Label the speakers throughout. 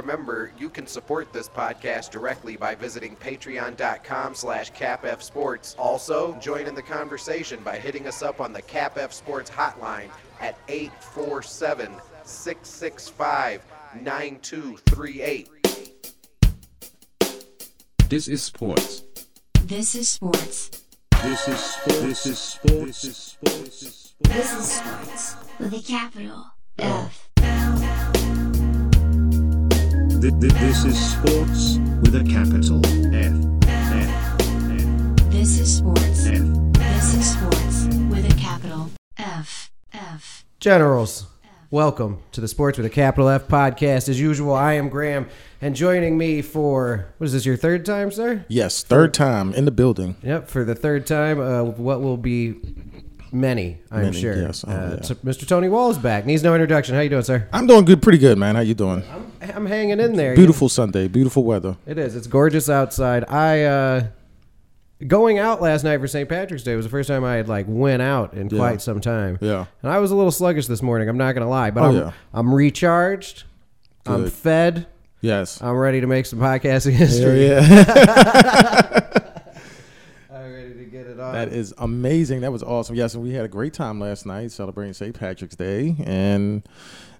Speaker 1: Remember, you can support this podcast directly by visiting patreon.com slash capfsports. Also, join in the conversation by hitting us up on the CapF Sports hotline at 847 665 9238.
Speaker 2: This is sports.
Speaker 3: This is sports.
Speaker 2: This is sports. This is sports. This is sports. This is sports.
Speaker 3: This is sports Oh. with a capital F.
Speaker 2: Th- th- This is sports with a capital F. F.
Speaker 3: This is sports.
Speaker 2: F.
Speaker 3: This is sports with a capital F. F.
Speaker 4: Generals, welcome to the Sports with a Capital F podcast. As usual, I am Graham, and joining me for what is this your third time, sir?
Speaker 5: Yes, third time in the building.
Speaker 4: Yep, for the third time, uh, what will be many, I'm
Speaker 5: Many,
Speaker 4: sure.
Speaker 5: yes, oh,
Speaker 4: uh,
Speaker 5: yeah.
Speaker 4: so Mr. Tony Wall is back. Needs no introduction. How you doing, sir?
Speaker 5: I'm doing good, pretty good, man. How you doing?
Speaker 4: I'm hanging in there.
Speaker 5: Beautiful Sunday, beautiful weather.
Speaker 4: It is. It's gorgeous outside. I uh going out last night for St. Patrick's Day was the first time I had like went out in quite some time.
Speaker 5: Yeah.
Speaker 4: And I was a little sluggish this morning, I'm not going to lie, but
Speaker 5: Oh,
Speaker 4: I'm
Speaker 5: yeah.
Speaker 4: I'm recharged. I'm
Speaker 5: Good.
Speaker 4: fed.
Speaker 5: Yes.
Speaker 4: I'm ready to make some podcasting history.
Speaker 5: yeah.
Speaker 4: I'm ready to get it on.
Speaker 5: that is amazing. That was awesome. Yes, and we had a great time last night celebrating St. Patrick's Day, and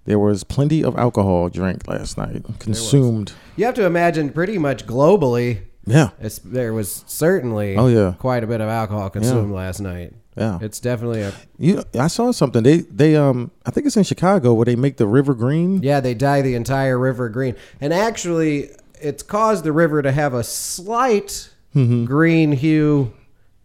Speaker 5: there was plenty of alcohol drank last night, consumed.
Speaker 4: you have to imagine pretty much globally
Speaker 5: Yeah.
Speaker 4: it's, there was certainly
Speaker 5: Oh, yeah.
Speaker 4: quite a bit of alcohol consumed last night.
Speaker 5: Yeah.
Speaker 4: It's definitely a
Speaker 5: You, I saw something. They, they, um, I think it's in Chicago where they make the river green.
Speaker 4: Yeah, they dye the entire river green. And actually, it's caused the river to have a slight green hue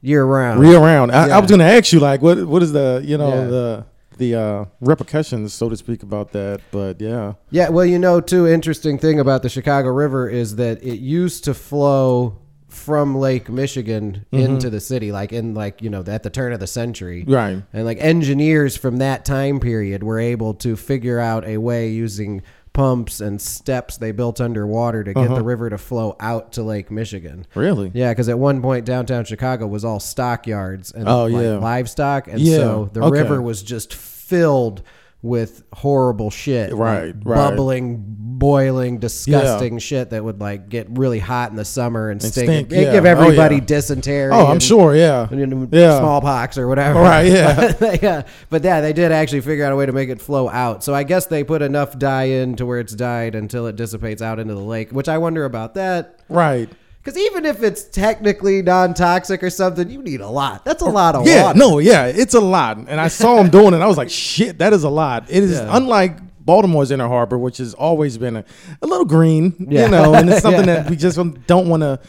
Speaker 4: year round.
Speaker 5: Real round. I,
Speaker 4: Yeah.
Speaker 5: I was going to ask you, like, what, what is the, you know,
Speaker 4: Yeah.
Speaker 5: the, the uh, repercussions, so to speak, about that. But yeah.
Speaker 4: Yeah, well, you know, too, interesting thing about the Chicago River is that it used to flow from Lake Michigan into the city, like in like, you know, at the turn of the century.
Speaker 5: Right.
Speaker 4: And like engineers from that time period were able to figure out a way using pumps and steps they built underwater to get the river to flow out to Lake Michigan.
Speaker 5: Really?
Speaker 4: Yeah, because at one point downtown Chicago was all stockyards and
Speaker 5: Oh,
Speaker 4: like,
Speaker 5: yeah.
Speaker 4: livestock, and
Speaker 5: Yeah,
Speaker 4: so the
Speaker 5: okay.
Speaker 4: river was just filled with horrible shit, like,
Speaker 5: Right, right.
Speaker 4: Bubbling, boiling, disgusting shit that would like get really hot in the summer and, stink.
Speaker 5: stink,
Speaker 4: It'd
Speaker 5: yeah.
Speaker 4: give
Speaker 5: Oh,
Speaker 4: everybody
Speaker 5: yeah.
Speaker 4: dysentery.
Speaker 5: Oh, I'm
Speaker 4: and-
Speaker 5: sure. Yeah.
Speaker 4: and, you know,
Speaker 5: yeah.
Speaker 4: smallpox or whatever.
Speaker 5: Right, yeah.
Speaker 4: But, yeah. But yeah, they did actually figure out a way to make it flow out. So I guess they put enough dye in to where it's dyed until it dissipates out into the lake, which I wonder about that.
Speaker 5: Right.
Speaker 4: Because even if it's technically non toxic or something, you need a lot. That's a lot of
Speaker 5: Yeah.
Speaker 4: water.
Speaker 5: No. Yeah. It's a lot, and I saw him doing it. and I was like, shit, that is a lot. It is unlike. Baltimore's Inner Harbor, which has always been a, a little green,
Speaker 4: Yeah.
Speaker 5: you know, and it's something
Speaker 4: Yeah.
Speaker 5: that we just don't want to.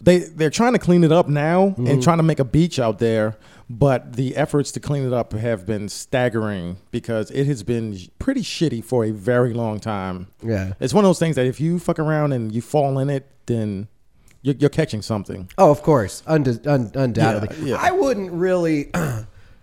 Speaker 5: They they're trying to clean it up now
Speaker 4: Mm-hmm.
Speaker 5: and trying to make a beach out there, but the efforts to clean it up have been staggering because it has been pretty shitty for a very long time.
Speaker 4: Yeah.
Speaker 5: it's one of those things that if you fuck around and you fall in it, then you're, you're catching something.
Speaker 4: Oh, of course, Unde- un- undoubtedly.
Speaker 5: Yeah, yeah.
Speaker 4: I wouldn't really.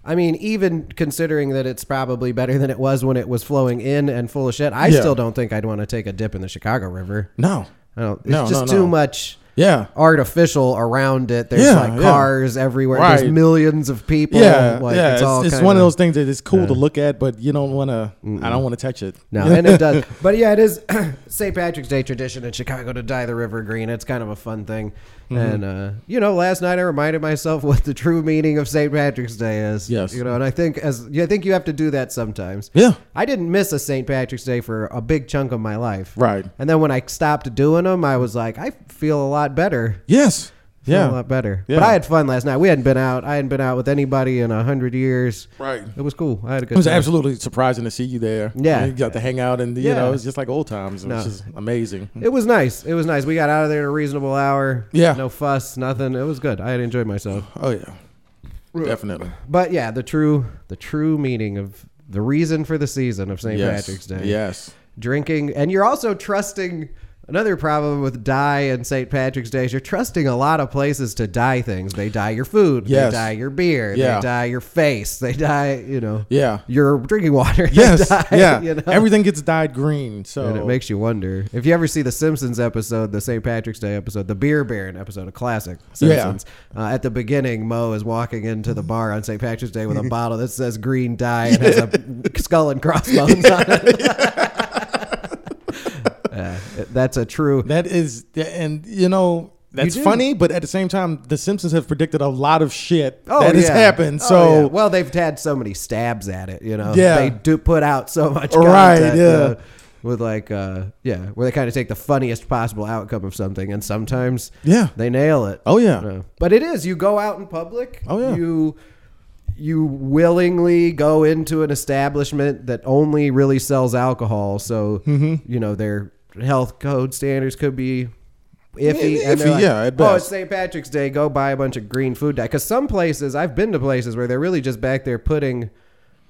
Speaker 4: I mean, even considering that it's probably better than it was when it was flowing in and full of shit, I
Speaker 5: Yeah.
Speaker 4: still don't think I'd want to take a dip in the Chicago River.
Speaker 5: No,
Speaker 4: I don't. It's
Speaker 5: No,
Speaker 4: just
Speaker 5: no,
Speaker 4: too
Speaker 5: no.
Speaker 4: much.
Speaker 5: Yeah.
Speaker 4: Artificial around it. There's
Speaker 5: Yeah,
Speaker 4: like
Speaker 5: yeah.
Speaker 4: cars everywhere. There's
Speaker 5: Right.
Speaker 4: millions of people.
Speaker 5: Yeah,
Speaker 4: Like,
Speaker 5: yeah. It's,
Speaker 4: all
Speaker 5: it's
Speaker 4: kinda-
Speaker 5: one of those things that is cool to look at, but you don't want to. I don't want to touch it.
Speaker 4: No, and it does. But yeah, it is St. Patrick's Day tradition in Chicago to dye the river green. It's kind of a fun thing.
Speaker 5: Mm-hmm.
Speaker 4: And, uh, you know, last night I reminded myself what the true meaning of St. Patrick's Day is.
Speaker 5: Yes.
Speaker 4: You know, and I think as yeah, I think you have to do that sometimes.
Speaker 5: Yeah.
Speaker 4: I didn't miss a St. Patrick's Day for a big chunk of my life.
Speaker 5: Right.
Speaker 4: And then when I stopped doing them, I was like, I feel a lot better.
Speaker 5: Yes.
Speaker 4: Feel
Speaker 5: Yeah.
Speaker 4: a lot better.
Speaker 5: Yeah.
Speaker 4: But I had fun last night. We hadn't been out. I hadn't been out with anybody in a hundred years.
Speaker 5: Right.
Speaker 4: It was cool. I had a good
Speaker 5: It was
Speaker 4: time.
Speaker 5: absolutely surprising to see you there.
Speaker 4: Yeah.
Speaker 5: you got to hang out, and you
Speaker 4: Yeah.
Speaker 5: know, it's just like old times, which
Speaker 4: No.
Speaker 5: is amazing.
Speaker 4: It was nice. It was nice. We got out of there in a reasonable hour.
Speaker 5: Yeah.
Speaker 4: No fuss, nothing. It was good. I had enjoyed myself.
Speaker 5: Oh yeah, definitely.
Speaker 4: But yeah, the true the true meaning of the reason for the season of St.
Speaker 5: Yes.
Speaker 4: Patrick's Day.
Speaker 5: Yes.
Speaker 4: Drinking and you're also trusting another problem with dye and St. Patrick's Day is you're trusting a lot of places to dye things. They dye your food.
Speaker 5: Yes.
Speaker 4: They dye your beer.
Speaker 5: Yeah.
Speaker 4: They dye your face. They dye, you know.
Speaker 5: Yeah.
Speaker 4: Your drinking water. They
Speaker 5: Yes.
Speaker 4: dye,
Speaker 5: yeah.
Speaker 4: you know?
Speaker 5: Everything gets dyed green, so
Speaker 4: And it makes you wonder if you ever see the Simpsons episode, the St. Patrick's Day episode, the Beer Baron episode, a classic Simpsons. Uh, at the beginning, Mo is walking into the bar on St. Patrick's Day with a bottle that says green dye and has a skull and crossbones on Uh, it. Yeah, That's a true.
Speaker 5: That is, and you know. That's
Speaker 4: do.
Speaker 5: funny, but at the same time, The Simpsons have predicted a lot of shit
Speaker 4: Oh,
Speaker 5: that has
Speaker 4: yeah.
Speaker 5: happened.
Speaker 4: Oh,
Speaker 5: so
Speaker 4: yeah. well, they've had so many stabs at it. You know,
Speaker 5: Yeah.
Speaker 4: they do put out so much.
Speaker 5: Right,
Speaker 4: Content,
Speaker 5: yeah.
Speaker 4: uh, with like, uh, yeah, where they kind of take the funniest possible outcome of something, and sometimes,
Speaker 5: Yeah.
Speaker 4: they nail it.
Speaker 5: Oh, yeah.
Speaker 4: Uh, but it is you go out in public.
Speaker 5: Oh, yeah.
Speaker 4: you you willingly go into an establishment that only really sells alcohol, so
Speaker 5: Mm-hmm.
Speaker 4: you know their health code standards could be. Iffy,
Speaker 5: Yeah,
Speaker 4: and they're
Speaker 5: iffy,
Speaker 4: like,
Speaker 5: yeah, at
Speaker 4: Oh,
Speaker 5: best."
Speaker 4: it's St. Patrick's Day, go buy a bunch of green food dye. Because some places, I've been to places where they're really just back there putting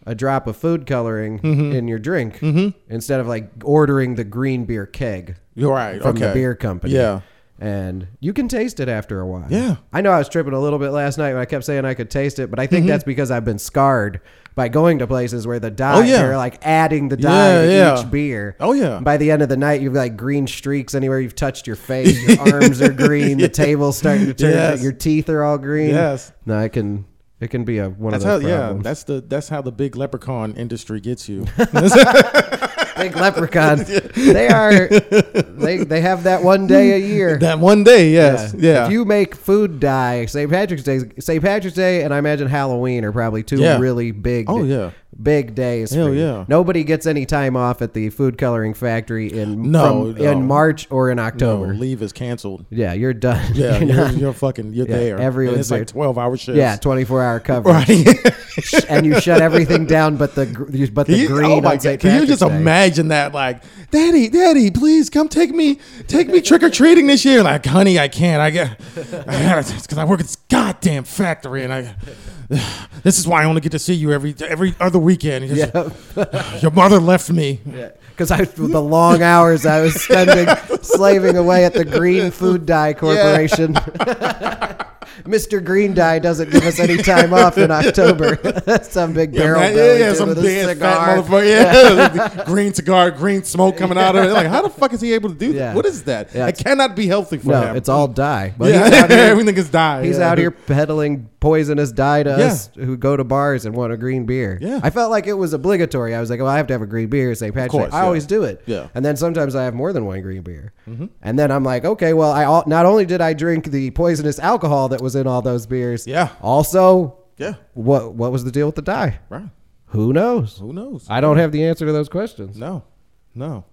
Speaker 4: a drop of food coloring
Speaker 5: Mm-hmm.
Speaker 4: in your drink instead of like ordering the green beer keg
Speaker 5: You're right.
Speaker 4: from
Speaker 5: okay.
Speaker 4: the beer company.
Speaker 5: Yeah.
Speaker 4: And you can taste it after a while.
Speaker 5: Yeah.
Speaker 4: I know I was tripping a little bit last night when I kept saying I could taste it, but I think that's because I've been scarred by going to places where the dye,
Speaker 5: Mm-hmm. Oh, yeah.
Speaker 4: they're like adding the dye
Speaker 5: Yeah,
Speaker 4: to
Speaker 5: yeah.
Speaker 4: each beer.
Speaker 5: Oh, yeah.
Speaker 4: By the end of the night, you've got like green streaks anywhere you've touched your face. Your arms are green. The table's starting to turn.
Speaker 5: Yes.
Speaker 4: Your teeth are all green.
Speaker 5: Yes.
Speaker 4: No, it can, it can be a one
Speaker 5: That's how,
Speaker 4: of those
Speaker 5: yeah.
Speaker 4: problems.
Speaker 5: That's the that's how the big leprechaun industry gets you.
Speaker 4: Big leprechaun. they are, they, they have that one day a year.
Speaker 5: that one day, yes, yeah.
Speaker 4: If you make food dye, St. Patrick's Day, St. Patrick's Day, and I imagine Halloween are probably two
Speaker 5: Yeah.
Speaker 4: really big.
Speaker 5: Oh, yeah.
Speaker 4: Big days.
Speaker 5: Hell,
Speaker 4: for you.
Speaker 5: yeah.
Speaker 4: Nobody gets any time off at the food coloring factory in
Speaker 5: No,
Speaker 4: from-
Speaker 5: no.
Speaker 4: in March or in
Speaker 5: no,
Speaker 4: October.
Speaker 5: leave is canceled.
Speaker 4: yeah, you're done.
Speaker 5: Yeah,
Speaker 4: You're
Speaker 5: you're, you're,
Speaker 4: not-
Speaker 5: fucking you're
Speaker 4: Yeah,
Speaker 5: there.
Speaker 4: everyone's
Speaker 5: And it's
Speaker 4: there.
Speaker 5: like twelve hour shifts.
Speaker 4: yeah, 24 hour coverage,
Speaker 5: right.
Speaker 4: and you shut everything down, but the gr- you- but the
Speaker 5: Can you-
Speaker 4: green.
Speaker 5: oh my
Speaker 4: on
Speaker 5: god!
Speaker 4: St.
Speaker 5: Can you just
Speaker 4: Patrick's Day.
Speaker 5: imagine that? Like, daddy, daddy, please come take me, take me trick or treating this year. Like, honey, I can't. I get, I gotta, because I work at this goddamn factory, and I. This is why I only get to see you every every other weekend. Your mother left me.
Speaker 4: Because I the long hours I was spending slaving away at the Green Food Dye Corporation. Mr. Green Dye doesn't give us any time off in October. some big barrel
Speaker 5: man,
Speaker 4: belly
Speaker 5: yeah,
Speaker 4: dude
Speaker 5: some
Speaker 4: with a
Speaker 5: big
Speaker 4: cigar.
Speaker 5: fat motherfucker. Yeah, green cigar, green smoke coming out of it. Like, how the fuck is he able to do that?
Speaker 4: Yeah.
Speaker 5: What is that?
Speaker 4: Yeah,
Speaker 5: it
Speaker 4: it's-
Speaker 5: cannot be healthy for
Speaker 4: No,
Speaker 5: him.
Speaker 4: it's all dye. But
Speaker 5: yeah,
Speaker 4: he's out here,
Speaker 5: everything is dying.
Speaker 4: he's out here peddling poisonous dye to
Speaker 5: uh, Yeah.
Speaker 4: us who go to bars and want a green beer.
Speaker 5: Yeah.
Speaker 4: I felt like it was obligatory. I was like, well, I have to have a green beer. St. Patrick's Day.
Speaker 5: course,
Speaker 4: I
Speaker 5: yeah.
Speaker 4: always do it.
Speaker 5: Yeah. Mm-hmm.
Speaker 4: And then sometimes I have more than one green beer. And then I'm like, okay, well, I all, not only did I drink the poisonous alcohol that was in all those beers,
Speaker 5: Yeah.
Speaker 4: Also,
Speaker 5: Yeah,
Speaker 4: what what was the deal with the dye?
Speaker 5: right.
Speaker 4: Who knows?
Speaker 5: Who knows?
Speaker 4: I don't have the answer to those questions.
Speaker 5: No, no.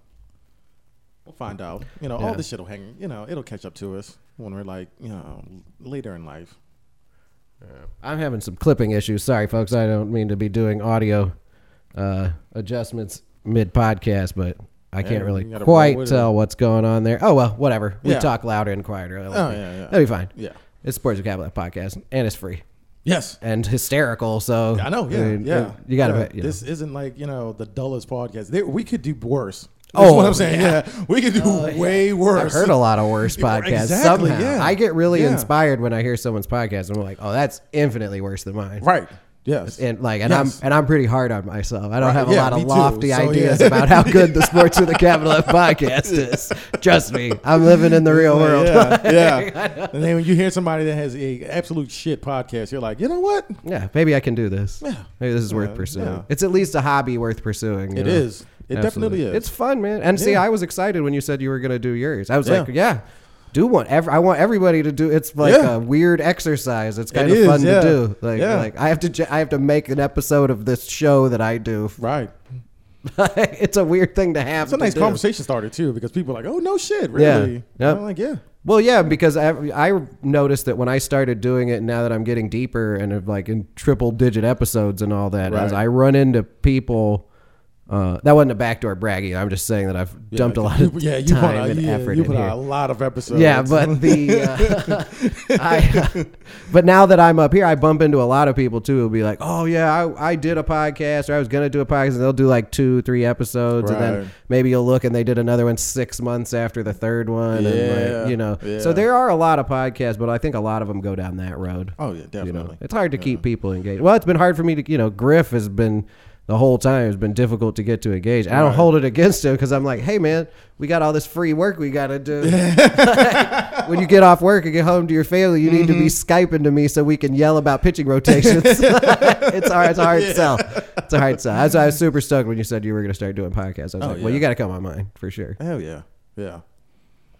Speaker 5: We'll find out. You know, all
Speaker 4: Yeah.
Speaker 5: this shit will hang. You know, it'll catch up to us when we're like, you know, later in life.
Speaker 4: I'm having some clipping issues. Sorry, folks. I don't mean to be doing audio uh, adjustments mid podcast, but I can't really
Speaker 5: you gotta roll
Speaker 4: quite
Speaker 5: with
Speaker 4: tell what's going on there. Oh, well, whatever. We
Speaker 5: Yeah.
Speaker 4: talk louder and quieter. I like
Speaker 5: Oh,
Speaker 4: it.
Speaker 5: yeah, yeah.
Speaker 4: That'll be fine.
Speaker 5: Yeah.
Speaker 4: It's Sports with Capital Podcast, and it's free
Speaker 5: Yes,
Speaker 4: and hysterical. So
Speaker 5: I know. Yeah,
Speaker 4: I mean,
Speaker 5: yeah.
Speaker 4: You got to.
Speaker 5: Yeah. This isn't like you know the dullest podcast. There, we could do worse. That's
Speaker 4: Oh,
Speaker 5: what I'm saying. Yeah, we could do way worse.
Speaker 4: I've heard a lot of worse podcasts.
Speaker 5: Exactly,
Speaker 4: somehow,
Speaker 5: yeah.
Speaker 4: I get really
Speaker 5: Yeah.
Speaker 4: inspired when I hear someone's podcast, and I'm like, "Oh, that's infinitely worse than mine."
Speaker 5: Right. Yes.
Speaker 4: And like, and
Speaker 5: Yes.
Speaker 4: I'm and I'm pretty hard on myself. I don't have a
Speaker 5: yeah,
Speaker 4: lot
Speaker 5: me
Speaker 4: of
Speaker 5: too.
Speaker 4: lofty
Speaker 5: So,
Speaker 4: ideas
Speaker 5: yeah.
Speaker 4: about how good the Sports with a Capital F podcast is. Trust me, I'm living in the real world.
Speaker 5: Yeah, yeah. and then when you hear somebody that has a absolute shit podcast, you're like, you know what?
Speaker 4: Yeah, maybe I can do this.
Speaker 5: Yeah.
Speaker 4: Maybe this is
Speaker 5: Yeah,
Speaker 4: worth pursuing.
Speaker 5: yeah.
Speaker 4: It's at least a hobby worth pursuing. you
Speaker 5: It
Speaker 4: know?
Speaker 5: is. It definitely is.
Speaker 4: It's fun, man. And see,
Speaker 5: Yeah.
Speaker 4: I was excited when you said you were going to do yours. I was
Speaker 5: Yeah.
Speaker 4: like, yeah, do one. Ev- I want everybody to do. It's like
Speaker 5: Yeah.
Speaker 4: a weird exercise. It's kind
Speaker 5: It
Speaker 4: of
Speaker 5: is,
Speaker 4: fun
Speaker 5: yeah.
Speaker 4: to do. Like,
Speaker 5: Yeah.
Speaker 4: like I have to, j- I have to make an episode of this show that I do.
Speaker 5: Right.
Speaker 4: it's a weird thing to have.
Speaker 5: It's a
Speaker 4: to
Speaker 5: nice
Speaker 4: do.
Speaker 5: conversation starter too, because people are like, oh no shit, really?
Speaker 4: Yep.
Speaker 5: I'm like, yeah.
Speaker 4: Well, yeah, because I, I noticed that when I started doing it, now that I'm getting deeper and have, like in triple digit episodes and all that, as
Speaker 5: Right.
Speaker 4: I run into people. Uh, that wasn't a backdoor braggy. I'm just saying that I've dumped a lot of
Speaker 5: yeah, you
Speaker 4: time
Speaker 5: put out,
Speaker 4: and
Speaker 5: yeah,
Speaker 4: effort
Speaker 5: You
Speaker 4: in
Speaker 5: put
Speaker 4: here.
Speaker 5: out a lot of episodes.
Speaker 4: Yeah, but the uh, I, but now that I'm up here, I bump into a lot of people too. Who'll be like, "Oh yeah, I, I did a podcast, or I was gonna do a podcast." And they'll do like two, three episodes, and
Speaker 5: Right.
Speaker 4: then maybe you'll look and they did another one six months after the third one, and
Speaker 5: Yeah,
Speaker 4: like, you know.
Speaker 5: yeah.
Speaker 4: So there are a lot of podcasts, but I think a lot of them go down that road.
Speaker 5: oh yeah, definitely.
Speaker 4: you know, it's hard to keep people engaged. Well, it's been hard for me to, you know, Griff has been. The whole time has been difficult to get to engage. I don't hold it against him because I'm like, hey man, we got all this free work we got to do when you get off work and get home to your family, you need to be
Speaker 5: Mm-hmm.
Speaker 4: skyping to me so we can yell about pitching rotations. it's hard. It's a hard sell. It's a hard sell. That's why I was super stoked when you said you were going to start doing podcasts. I was like, well,
Speaker 5: Oh, yeah.
Speaker 4: you got to come on mine for sure.
Speaker 5: Hell yeah, yeah.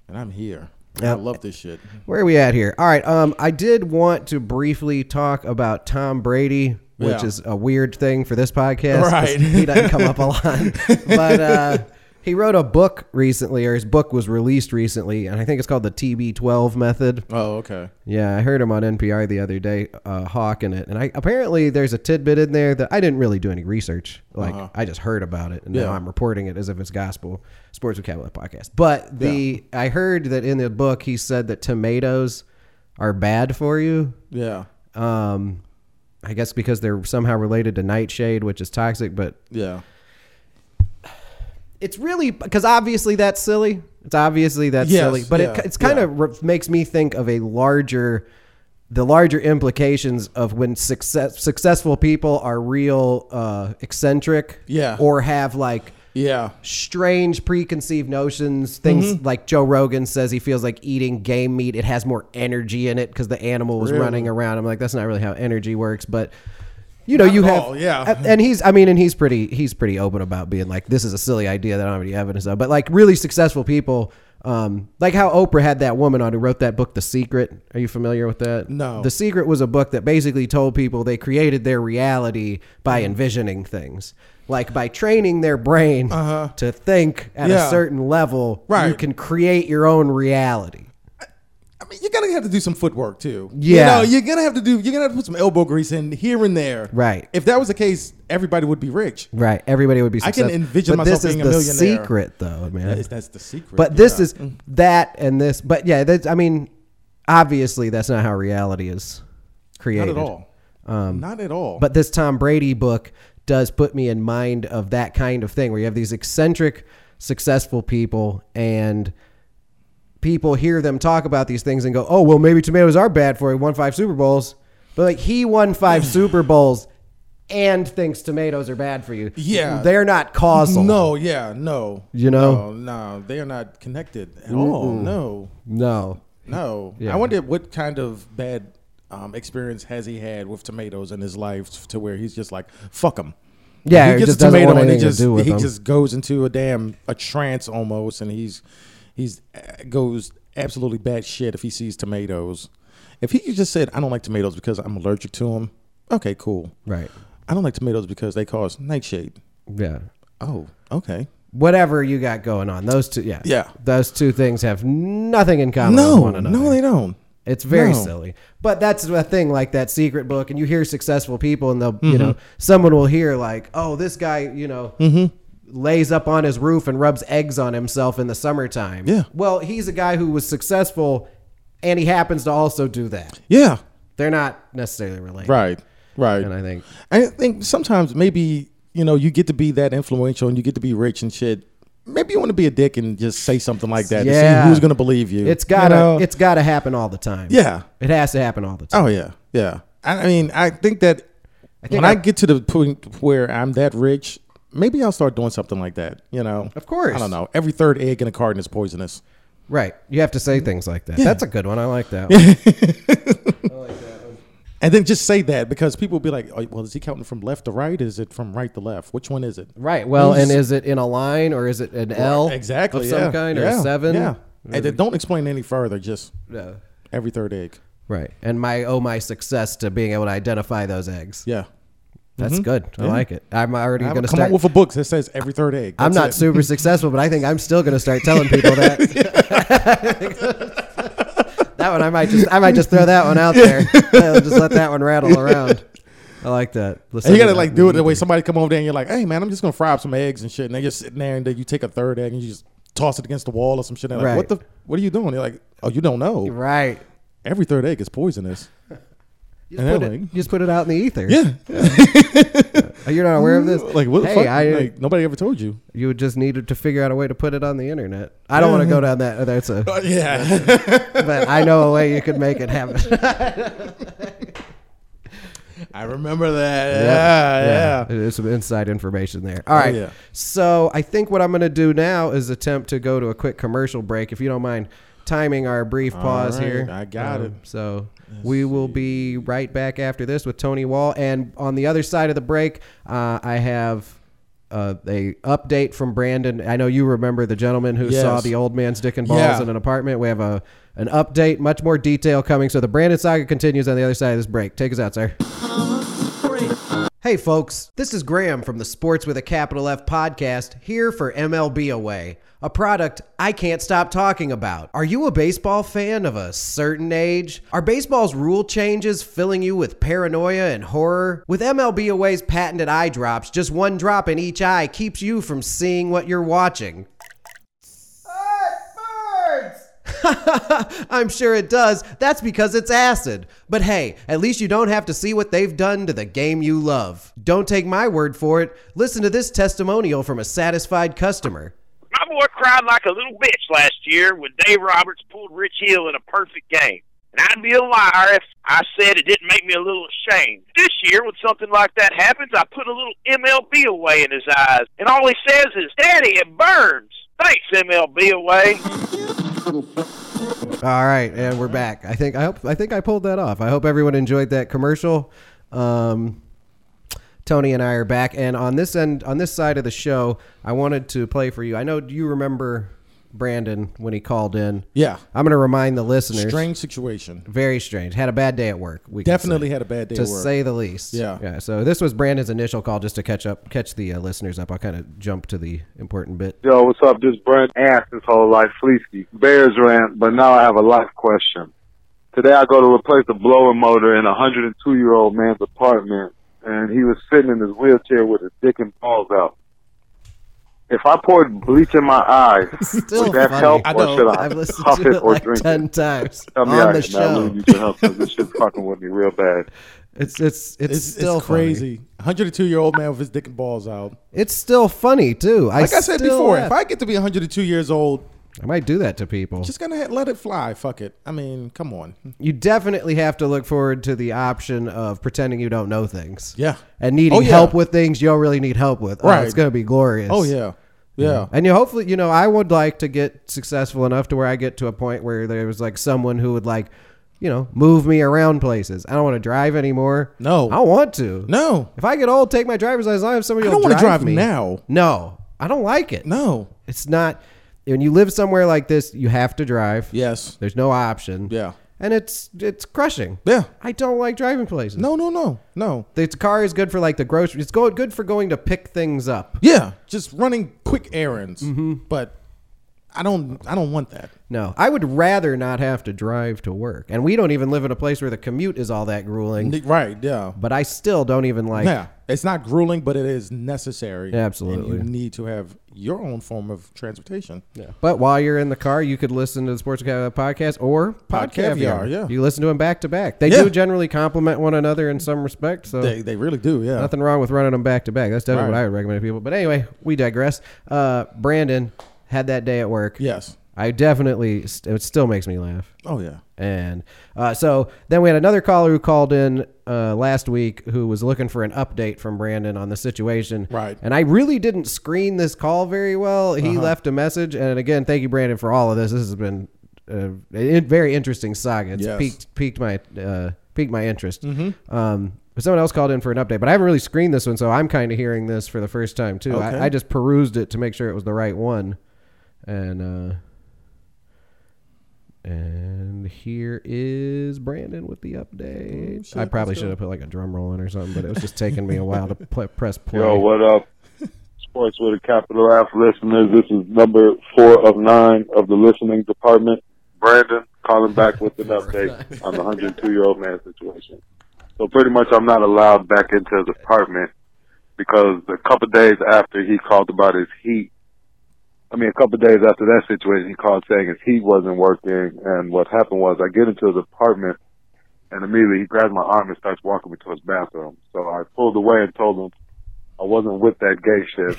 Speaker 5: and I'm here.
Speaker 4: Yep.
Speaker 5: I love this shit.
Speaker 4: Where are we at here? All right. Um, I did want to briefly talk about Tom Brady, which
Speaker 5: Yeah.
Speaker 4: is a weird thing for this podcast. 'cause
Speaker 5: Right.
Speaker 4: he doesn't come up a lot. But uh, he wrote a book recently, or his book was released recently, and I think it's called the TB12 Method.
Speaker 5: Oh, okay.
Speaker 4: Yeah, I heard him on NPR the other day uh, hawking it, and I apparently there's a tidbit in there that I didn't really do any research. Like I just heard about it, and now
Speaker 5: Yeah.
Speaker 4: I'm reporting it as if it's gospel. Sports with Capital podcast. But the I heard that in the book he said that tomatoes are bad for you.
Speaker 5: Yeah.
Speaker 4: Um, I guess because they're somehow related to nightshade, which is toxic. But
Speaker 5: Yeah.
Speaker 4: it's really because obviously that's silly. It's obviously that's
Speaker 5: Yes,
Speaker 4: silly, but
Speaker 5: yeah,
Speaker 4: it, it's kind of re- makes me think of a larger, the larger implications of when success successful people are real uh, eccentric,
Speaker 5: Yeah.
Speaker 4: or have like
Speaker 5: Yeah.
Speaker 4: strange preconceived notions. Things
Speaker 5: Mm-hmm.
Speaker 4: like Joe Rogan says he feels like eating game meat; it has more energy in it because the animal was running around. I'm like, that's not really how energy works, but. You know, you
Speaker 5: at
Speaker 4: have,
Speaker 5: all, yeah.
Speaker 4: a- and he's i mean and he's pretty he's pretty open about being like this is a silly idea that i don't have any evidence of but like really successful people um, like how oprah had that woman on who wrote that book the secret are you familiar with that
Speaker 5: No.
Speaker 4: the secret was a book that basically told people they created their reality
Speaker 5: Mm-hmm.
Speaker 4: by envisioning things like by training their brain to think at a
Speaker 5: Uh-huh. Yeah.
Speaker 4: certain level you
Speaker 5: Right.
Speaker 4: can create your own reality
Speaker 5: I mean, you're gonna have to do some footwork too.
Speaker 4: Yeah.
Speaker 5: You know, you're gonna have to do. You're gonna have to put some elbow grease in here and there.
Speaker 4: Right.
Speaker 5: If that was the case, everybody would be rich.
Speaker 4: right everybody would be
Speaker 5: I can
Speaker 4: successful
Speaker 5: envision
Speaker 4: but
Speaker 5: myself
Speaker 4: this
Speaker 5: being a
Speaker 4: is the
Speaker 5: millionaire.
Speaker 4: secret though man
Speaker 5: That's, that's the secret.
Speaker 4: But this
Speaker 5: yeah. Mm.
Speaker 4: is that and this. But yeah, that's, I mean, obviously that's not how reality is
Speaker 5: not
Speaker 4: created
Speaker 5: at all. not at all.
Speaker 4: Um, But this Tom Brady book does put me in mind of that kind of thing where you have these eccentric, successful people and people hear them talk about these things and go, "Oh, well, maybe tomatoes are bad for you. He won five Super Bowls." But like he won five Super Bowls and thinks tomatoes are bad for you.
Speaker 5: Yeah.
Speaker 4: They're not causal.
Speaker 5: no, yeah, no.
Speaker 4: You know?
Speaker 5: no, no, they are not connected at all. No,
Speaker 4: No.
Speaker 5: no.
Speaker 4: Yeah.
Speaker 5: I wonder what kind of bad um, experience has he had with tomatoes in his life to where he's just like fuck them.
Speaker 4: Yeah, he
Speaker 5: he gets
Speaker 4: just
Speaker 5: a
Speaker 4: doesn't
Speaker 5: tomato
Speaker 4: want
Speaker 5: and he
Speaker 4: anything to
Speaker 5: just
Speaker 4: do with
Speaker 5: he
Speaker 4: them.
Speaker 5: just goes into a damn a trance almost, and he's he's uh, goes absolutely bad shit if he sees tomatoes. If he just said, "I don't like tomatoes because I'm allergic to them," okay, cool.
Speaker 4: Right.
Speaker 5: I don't like tomatoes because they cause nightshade.
Speaker 4: Yeah.
Speaker 5: Oh, okay.
Speaker 4: whatever you got going on. Those two, yeah,
Speaker 5: Yeah.
Speaker 4: Those two things have nothing in common with
Speaker 5: No,
Speaker 4: one another.
Speaker 5: no, they don't.
Speaker 4: It's very
Speaker 5: No.
Speaker 4: silly. But that's the thing, like that secret book, and you hear successful people, and they'll, you know,
Speaker 5: Mm-hmm.
Speaker 4: someone will hear like, oh, this guy, you know. Lays up on his roof and rubs eggs on himself in the summertime.
Speaker 5: Yeah.
Speaker 4: Well, he's a guy who was successful and he happens to also do that.
Speaker 5: Yeah,
Speaker 4: They're not necessarily related.
Speaker 5: right, right.
Speaker 4: And I think
Speaker 5: I think sometimes maybe you know you get to be that influential and you get to be rich and shit. Maybe you want to be a dick and just say something like that and
Speaker 4: Yeah.
Speaker 5: see who's gonna believe you.
Speaker 4: it's
Speaker 5: You
Speaker 4: gotta
Speaker 5: know?
Speaker 4: it's gotta happen all the time.
Speaker 5: Yeah.
Speaker 4: It has to happen all the time.
Speaker 5: Oh yeah, yeah. I, I mean, I think that
Speaker 4: think
Speaker 5: when I,
Speaker 4: I-
Speaker 5: get to the point where I'm that rich, maybe I'll start doing something like that. You know,
Speaker 4: Of course.
Speaker 5: I don't know. Every third egg in a carton is poisonous.
Speaker 4: Right. You have to say things like that. That's a good one. I like that one.
Speaker 5: And then just say that because people will be like, oh, well, is he counting from left to right? Is it from right to left? Which one is it?
Speaker 4: Right. Well,
Speaker 5: Who's-
Speaker 4: and is it in a line or is it an L?
Speaker 5: Exactly.
Speaker 4: Of
Speaker 5: yeah.
Speaker 4: some kind or
Speaker 5: Yeah,
Speaker 4: a seven?
Speaker 5: Yeah. And then don't explain any further. Just
Speaker 4: Yeah.
Speaker 5: every third egg.
Speaker 4: Right. And my oh my success to being able to identify those eggs.
Speaker 5: Yeah. Mm-hmm.
Speaker 4: That's good. I like it. I'm already
Speaker 5: I'm
Speaker 4: going
Speaker 5: gonna
Speaker 4: to
Speaker 5: come
Speaker 4: start.
Speaker 5: up with a book that says every third egg.
Speaker 4: I'm not
Speaker 5: That's it.
Speaker 4: super successful, but I think I'm still going to start telling people that. that one I might just I might just throw that one out there. I'll just let that one rattle around. I like that.
Speaker 5: And you gotta like do it the way somebody come over there and you're like, hey man, I'm just gonna fry up some eggs and shit. And they're just sitting there and then you take a third egg and you just toss it against the wall or some shit. And they're like,
Speaker 4: Right.
Speaker 5: what the what are you doing? You're like, oh, you don't know.
Speaker 4: Right.
Speaker 5: Every third egg is poisonous.
Speaker 4: You
Speaker 5: And
Speaker 4: just, put
Speaker 5: they're
Speaker 4: it,
Speaker 5: like-
Speaker 4: you just put it out in the ether.
Speaker 5: Yeah.
Speaker 4: Oh, You're not aware of this?
Speaker 5: Like what the
Speaker 4: hey,
Speaker 5: fuck?
Speaker 4: I,
Speaker 5: like, nobody ever told you.
Speaker 4: You would just needed to figure out a way to put it on the internet. I don't want to go down that. That's a.
Speaker 5: yeah.
Speaker 4: But I know a way you could make it happen.
Speaker 5: I remember that. Yeah, yeah.
Speaker 4: There's some inside information there. All right.
Speaker 5: yeah.
Speaker 4: So I think what I'm going to do now is attempt to go to a quick commercial break, if you don't mind timing our brief pause
Speaker 5: right,
Speaker 4: here. Um,
Speaker 5: I got it.
Speaker 4: So we will be right back after this with Tony Wall, and on the other side of the break, uh, I have uh, a update from Brandon. I know you remember the gentleman who
Speaker 5: Yes.
Speaker 4: saw the old man's dick and balls
Speaker 5: Yeah.
Speaker 4: in an apartment. We have a an update, much more detail coming. So the Brandon saga continues on the other side of this break. Take us out, sir. Hey, folks, this is Graham from the Sports with a Capital F podcast here for MLB Away, a product I can't stop talking about. Are you a baseball fan of a certain age? Are baseball's rule changes filling you with paranoia and horror? With MLB Away's patented eye drops, just one drop in each eye keeps you from seeing what you're watching. I'm sure it does. That's because it's acid. But hey, at least you don't have to see what they've done to the game you love. Don't take my word for it. Listen to this testimonial from a satisfied customer.
Speaker 6: My boy cried like a little bitch last year when Dave Roberts pulled Rich Hill in a perfect game. And I'd be a liar if I said it didn't make me a little ashamed. This year, when something like that happens, I put a little MLB away in his eyes. And all he says is, Daddy, it burns. Thanks, MLB away.
Speaker 4: All right, and we're back. I think I hope I think I pulled that off. I hope everyone enjoyed that commercial. Um, Tony and I are back, and on this end, on this side of the show, I wanted to play for you. I know you remember Brandon when he called in.
Speaker 5: Yeah.
Speaker 4: I'm going to remind the listeners.
Speaker 5: Strange situation.
Speaker 4: Very strange. Had a bad day at work. We could
Speaker 5: Definitely
Speaker 4: say,
Speaker 5: had a bad day
Speaker 4: to
Speaker 5: at work.
Speaker 4: say the least.
Speaker 5: Yeah.
Speaker 4: Yeah. So this was Brandon's initial call, just to catch up, catch the uh, listeners up. I'll kind of jump to the important bit.
Speaker 7: Yo, what's up? This Brent ass this whole life, Fleesky. Bears rant, but now I have a life question. Today I go to replace a blower motor in a 102 year old man's apartment, and he was sitting in his wheelchair with his dick and balls out. If I poured bleach in my eyes,
Speaker 4: Still
Speaker 7: would that
Speaker 4: funny.
Speaker 7: help,
Speaker 5: I
Speaker 7: or
Speaker 5: know.
Speaker 7: should I
Speaker 4: I've listened
Speaker 7: huff
Speaker 4: to
Speaker 7: it
Speaker 4: it
Speaker 7: or
Speaker 4: like
Speaker 7: drink
Speaker 4: ten
Speaker 7: it?
Speaker 4: times
Speaker 7: Tell me
Speaker 4: on
Speaker 7: I
Speaker 4: the
Speaker 7: can now
Speaker 4: show.
Speaker 7: lose you help because this shit's fucking with me real bad.
Speaker 4: It's it's it's,
Speaker 5: It's,
Speaker 4: still
Speaker 5: it's
Speaker 4: funny.
Speaker 5: crazy. 102 year old man with his dick and balls out.
Speaker 4: It's still funny too.
Speaker 5: Like I, said
Speaker 4: still
Speaker 5: before,
Speaker 4: laugh.
Speaker 5: if I get to be 102 years old,
Speaker 4: I might do that to people.
Speaker 5: just gonna let it fly. Fuck it. I mean, come on.
Speaker 4: you definitely have to look forward to the option of pretending you don't know things.
Speaker 5: Yeah.
Speaker 4: And needing
Speaker 5: Oh, yeah.
Speaker 4: help with things you don't really need help with. Oh,
Speaker 5: Right.
Speaker 4: it's gonna be glorious.
Speaker 5: Oh yeah, yeah.
Speaker 4: And you hopefully, you know, I would like to get successful enough to where I get to a point where there was like someone who would like, you know, move me around places. I don't want to drive anymore.
Speaker 5: No.
Speaker 4: I want to.
Speaker 5: No,
Speaker 4: If I get old, take my driver's license. I have somebody.
Speaker 5: I
Speaker 4: who'll
Speaker 5: don't wanna
Speaker 4: drive
Speaker 5: drive
Speaker 4: me
Speaker 5: now.
Speaker 4: No, I don't like it.
Speaker 5: no.
Speaker 4: it's not. When you live somewhere like this, you have to drive.
Speaker 5: Yes.
Speaker 4: there's no option.
Speaker 5: Yeah.
Speaker 4: and it's it's crushing.
Speaker 5: Yeah.
Speaker 4: I don't like driving places.
Speaker 5: No, no, no, no.
Speaker 4: the car is good for like the grocery. It's go- good for going to pick things up.
Speaker 5: Yeah, just running quick errands. But I don't. I don't want that.
Speaker 4: No, I would rather not have to drive to work. And we don't even live in a place where the commute is all that grueling.
Speaker 5: Right. Yeah.
Speaker 4: But I still don't even like.
Speaker 5: Yeah. It's not grueling, but it is necessary.
Speaker 4: Absolutely.
Speaker 5: And you need to have your own form of transportation. Yeah.
Speaker 4: But while you're in the car, you could listen to the Sports Caviar podcast or Pod
Speaker 5: Pod Caviar,
Speaker 4: Caviar.
Speaker 5: yeah.
Speaker 4: You listen to them back to back. They
Speaker 5: Yeah.
Speaker 4: do generally complement one another in some respect. So
Speaker 5: They, they really do. Yeah.
Speaker 4: nothing wrong with running them back to back. That's definitely what
Speaker 5: Right.
Speaker 4: I would recommend to people. But anyway, we digress. Uh, Brandon had that day at work.
Speaker 5: Yes.
Speaker 4: I definitely, it still makes me laugh.
Speaker 5: Oh yeah.
Speaker 4: And uh, so then we had another caller who called in uh, last week who was looking for an update from Brandon on the situation.
Speaker 5: Right.
Speaker 4: And I really didn't screen this call very well. He left a message. And again, thank you, Brandon, for all of this. This has been a in- very interesting saga. It's
Speaker 5: Yes. Mm-hmm.
Speaker 4: piqued, piqued my uh, piqued my interest. Um, but someone else called in for an update, but I haven't really screened this one, so I'm kind of hearing this for the first time too.
Speaker 5: Okay.
Speaker 4: I, I just perused it to make sure it was the right one, and. Uh, and here is Brandon with the
Speaker 5: Oh,
Speaker 4: update. I probably should have put like a drum roll in or something, but it was just taking me a while to pl- press play.
Speaker 7: Yo, what up? Sports with a capital F listeners. This is number four of nine of the listening department. Brandon calling back with an update on the 102 year old man situation. So pretty much, I'm not allowed back into his apartment because a couple days after he called about his heat. I mean, a couple days after that situation, he called saying his heat wasn't working. And what happened was, I get into his apartment and immediately he grabs my arm and starts walking me to his bathroom. So I pulled away and told him I wasn't with that gay shit.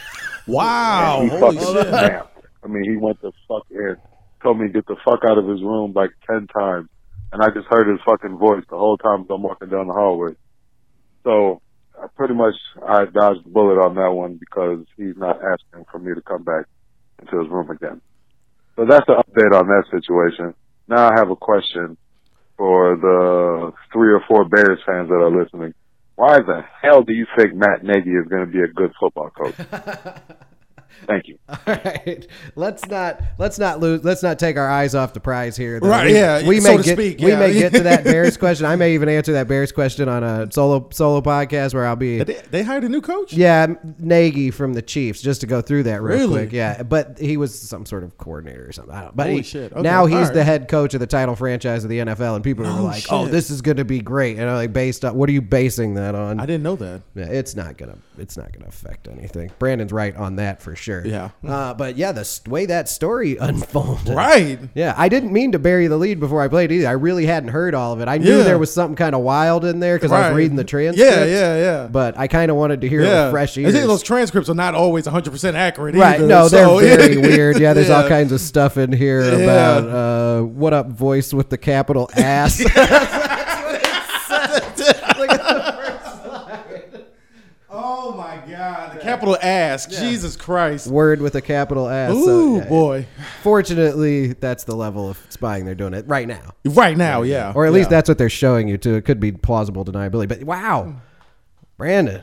Speaker 5: Wow.
Speaker 7: he
Speaker 5: Holy
Speaker 7: fucking
Speaker 5: shit.
Speaker 7: snapped. I mean, he went the fuck in. Told me to get the fuck out of his room like ten times, and I just heard his fucking voice the whole time as I'm walking down the hallway. So I pretty much I dodged the bullet on that one because he's not asking for me to come back into his room again. So that's the update on that situation. Now I have a question for the three or four Bears fans that are listening. Why the hell do you think Matt Nagy is going to be a good football coach? Thank you.
Speaker 4: All right, let's not let's not lose. Let's not take our eyes off the prize here. though.
Speaker 5: Right,
Speaker 4: We,
Speaker 5: yeah,
Speaker 4: We
Speaker 5: Uh, so
Speaker 4: may
Speaker 5: to
Speaker 4: get
Speaker 5: speak,
Speaker 4: we
Speaker 5: yeah.
Speaker 4: may get to that Bears question. I may even answer that Bears question on a solo solo podcast where I'll be.
Speaker 5: They, they hired a new coach.
Speaker 4: Yeah, Nagy from the Chiefs, just to go through that real
Speaker 5: Really?
Speaker 4: quick. Yeah, but he was some sort of coordinator or something. I don't, but
Speaker 5: Holy
Speaker 4: he-
Speaker 5: shit. Okay,
Speaker 4: now he's
Speaker 5: all right.
Speaker 4: the head coach of the title franchise of the NFL, and people are
Speaker 5: No
Speaker 4: like, "Oh,
Speaker 5: shit.
Speaker 4: this is going to be great." And I'm like, "Based on what are you basing that on?"
Speaker 5: I didn't know that.
Speaker 4: Yeah, it's not gonna it's not gonna affect anything. Brandon's right on that for sure.
Speaker 5: Yeah.
Speaker 4: uh, but yeah, the s- way that story unfolded.
Speaker 5: Right.
Speaker 4: Yeah, I didn't mean to bury the lead before I played either. I really hadn't heard all of it. I knew
Speaker 5: Yeah.
Speaker 4: there was something kind of wild in there because I
Speaker 5: Right.
Speaker 4: was reading the
Speaker 5: Yeah,
Speaker 4: transcript.
Speaker 5: yeah, yeah.
Speaker 4: But I kind of wanted to hear it
Speaker 5: Yeah.
Speaker 4: with fresh
Speaker 5: And
Speaker 4: ears.
Speaker 5: then those transcripts are not always 100% accurate
Speaker 4: Right.
Speaker 5: either,
Speaker 4: No,
Speaker 5: so-
Speaker 4: they're very weird. Yeah, there's all
Speaker 5: Yeah.
Speaker 4: kinds of stuff in here
Speaker 5: Yeah.
Speaker 4: about uh, what up voice with the capital ass. That's what it says. Like, it's the first line.
Speaker 5: Oh my God! The capital ask. Jesus Christ.
Speaker 4: Word with a capital ass.
Speaker 5: Ooh
Speaker 4: So, yeah,
Speaker 5: boy!
Speaker 4: Fortunately, that's the level of spying they're doing it right now.
Speaker 5: Right now, yeah.
Speaker 4: Or at least
Speaker 5: Yeah. Hmm.
Speaker 4: that's what they're showing you, too. It could be plausible deniability. But wow, Brandon.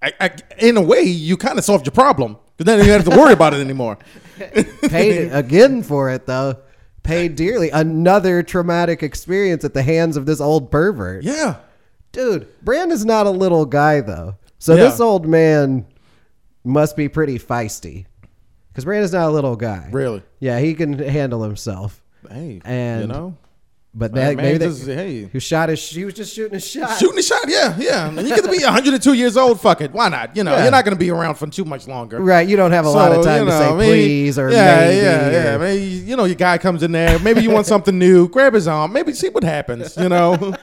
Speaker 5: I, I, in a way, you kind of solved your problem. 'Cause Then you don't have to worry about it anymore.
Speaker 4: Paid again for it, though. Paid dearly. Another traumatic experience at the hands of this old pervert.
Speaker 5: Yeah.
Speaker 4: Dude, Brandon's not a little guy, though. So
Speaker 5: Yeah.
Speaker 4: this old man must be pretty feisty. Because Brandon's not a little guy.
Speaker 5: Really.
Speaker 4: Yeah, he can handle himself.
Speaker 5: Hey.
Speaker 4: And-
Speaker 5: you know,
Speaker 4: But
Speaker 5: Man,
Speaker 4: that,
Speaker 5: man,
Speaker 4: maybe
Speaker 5: just-
Speaker 4: they,
Speaker 5: hey.
Speaker 4: he shot his. He was just shooting his shot.
Speaker 5: shooting a shot. Yeah, yeah. You could be 102 years old. Fuck it. Why not? You know,
Speaker 4: Yeah.
Speaker 5: you're not going to be around for too much longer.
Speaker 4: Right, you don't have a lot
Speaker 5: So,
Speaker 4: of time
Speaker 5: you
Speaker 4: to say
Speaker 5: know, maybe-
Speaker 4: please or
Speaker 5: yeah,
Speaker 4: maybe.
Speaker 5: Yeah,
Speaker 4: or-
Speaker 5: yeah. Maybe, you know, your guy comes in there. Maybe you want something new. Grab his arm. Maybe see what happens. You know.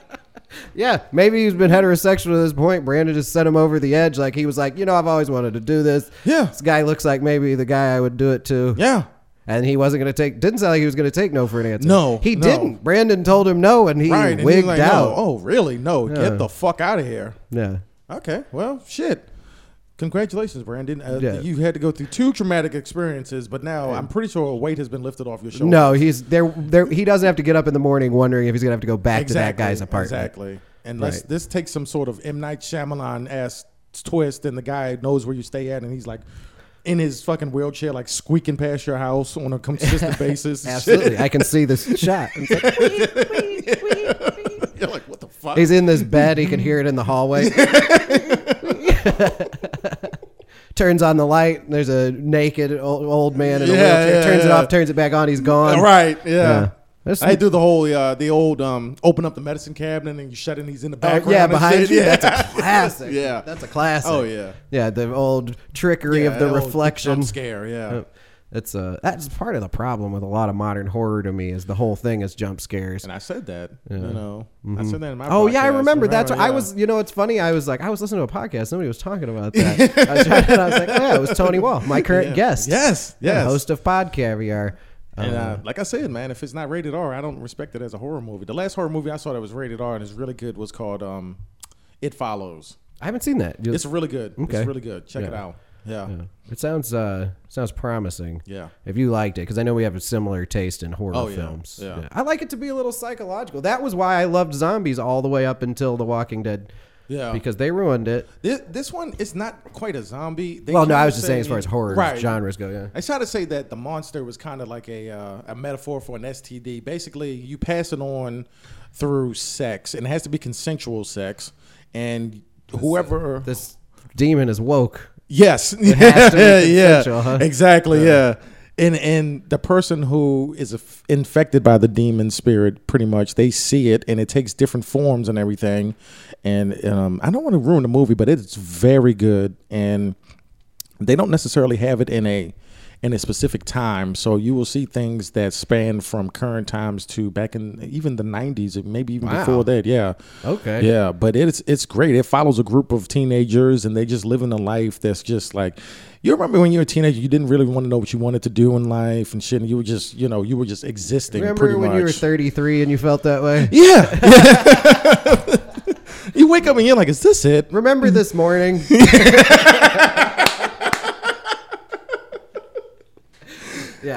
Speaker 4: Yeah, maybe he's been heterosexual at this point. Brandon just sent him over the edge. Like he was like, you know, I've always wanted to do this.
Speaker 5: Yeah.
Speaker 4: This guy looks like maybe the guy I would do it to.
Speaker 5: yeah.
Speaker 4: And he wasn't going to take, didn't sound like he was going to take no for an answer.
Speaker 5: No,
Speaker 4: He
Speaker 5: no.
Speaker 4: didn't. Brandon told him no and he
Speaker 5: Right. and he's
Speaker 4: wigged
Speaker 5: like, no.
Speaker 4: out.
Speaker 5: Oh, really? No.
Speaker 4: Yeah.
Speaker 5: Get the fuck out of here.
Speaker 4: Yeah.
Speaker 5: Okay. Well, shit. Congratulations, Brandon. Uh,
Speaker 4: Yeah.
Speaker 5: You had to go through two traumatic experiences, but now I'm pretty sure a weight has been lifted off your shoulders.
Speaker 4: No, he's there. There, he doesn't have to get up in the morning wondering if he's gonna have to go back to that guy's apartment.
Speaker 5: Exactly. Unless
Speaker 4: Right.
Speaker 5: this takes some sort of M Night Shyamalan ass twist, and the guy knows where you stay at, and he's like in his fucking wheelchair, like squeaking past your house on a consistent basis. and shit.
Speaker 4: Absolutely, I can see this shot. It's like,
Speaker 5: You're like, what the fuck?
Speaker 4: He's in this bed. He can hear it in the hallway. turns on the light. There's a naked old, old man in a
Speaker 5: Yeah,
Speaker 4: wheelchair.
Speaker 5: yeah,
Speaker 4: turns it
Speaker 5: yeah.
Speaker 4: off. Turns it back on. He's gone.
Speaker 5: All right. Yeah.
Speaker 4: That's-
Speaker 5: I do the whole uh, the old um, open up the medicine cabinet and you shut it and he's in the
Speaker 4: Oh,
Speaker 5: background.
Speaker 4: yeah,
Speaker 5: and
Speaker 4: behind
Speaker 5: shit.
Speaker 4: you.
Speaker 5: Yeah.
Speaker 4: That's a classic.
Speaker 5: Yeah.
Speaker 4: that's a classic.
Speaker 5: Oh, yeah.
Speaker 4: yeah. The old trickery of the
Speaker 5: that old
Speaker 4: reflection.
Speaker 5: jump scare. Yeah.
Speaker 4: That's uh that's part of the problem with a lot of modern horror to me is the whole thing is jump scares.
Speaker 5: And I said that. You know. I said that in my.
Speaker 4: Oh yeah, I
Speaker 5: podcast,
Speaker 4: remember. That's what I
Speaker 5: yeah.
Speaker 4: was. You know, it's funny. I was like, I was listening to a podcast. Somebody was talking about that. I was, trying, and I was like, oh, yeah, it was Tony Wall, my current guest.
Speaker 5: Yes,
Speaker 4: Yeah,
Speaker 5: yes.
Speaker 4: host of Pod Caviar.
Speaker 5: And
Speaker 4: Um,
Speaker 5: uh, like I said, man, if it's not rated R, I don't respect it as a horror movie. The last horror movie I saw that was rated R and is really good was called um, It Follows.
Speaker 4: I haven't seen that. You-
Speaker 5: It's really good.
Speaker 4: Okay.
Speaker 5: It's really good. Check it
Speaker 4: Yeah.
Speaker 5: out. Yeah.
Speaker 4: it sounds uh sounds promising.
Speaker 5: Yeah.
Speaker 4: If you liked it, because I know we have a similar taste in horror
Speaker 5: Oh, yeah.
Speaker 4: films.
Speaker 5: Yeah.
Speaker 4: I like it to be a little psychological. That was why I loved zombies all the way up until The Walking Dead.
Speaker 5: Yeah.
Speaker 4: Because they ruined it.
Speaker 5: This, this one it's not quite a zombie. They
Speaker 4: Well, no,
Speaker 5: kinda
Speaker 4: I was just
Speaker 5: say-
Speaker 4: saying as far as horror
Speaker 5: Right.
Speaker 4: genres go. Yeah.
Speaker 5: I try to say that the monster was kind of like a uh, a metaphor for an STD. Basically, you pass it on through sex, and it has to be consensual sex. And whoever
Speaker 4: This demon is woke.
Speaker 5: Yes.
Speaker 4: has to be
Speaker 5: Yeah,
Speaker 4: consensual,
Speaker 5: yeah.
Speaker 4: huh?
Speaker 5: Exactly. Yeah. And and the person who is aff- infected by the demon spirit, pretty much, they see it, and it takes different forms and everything. And um, I don't want to ruin the movie, but it's very good, and they don't necessarily have it in a in a specific time. So you will see things that span from current times to back in even the '90s, and maybe even
Speaker 4: Wow.
Speaker 5: before that. Yeah.
Speaker 4: Okay.
Speaker 5: Yeah, but it's it's great. It follows a group of teenagers and they just living a life that's just like you remember when you were a teenager, you didn't really want to know what you wanted to do in life and shit. And you were just, you know, you were just existing.
Speaker 4: Remember
Speaker 5: pretty
Speaker 4: when
Speaker 5: much.
Speaker 4: you were 33 and you felt that way?
Speaker 5: Yeah. you wake up and you're like, is this it?
Speaker 4: Remember this morning? yeah.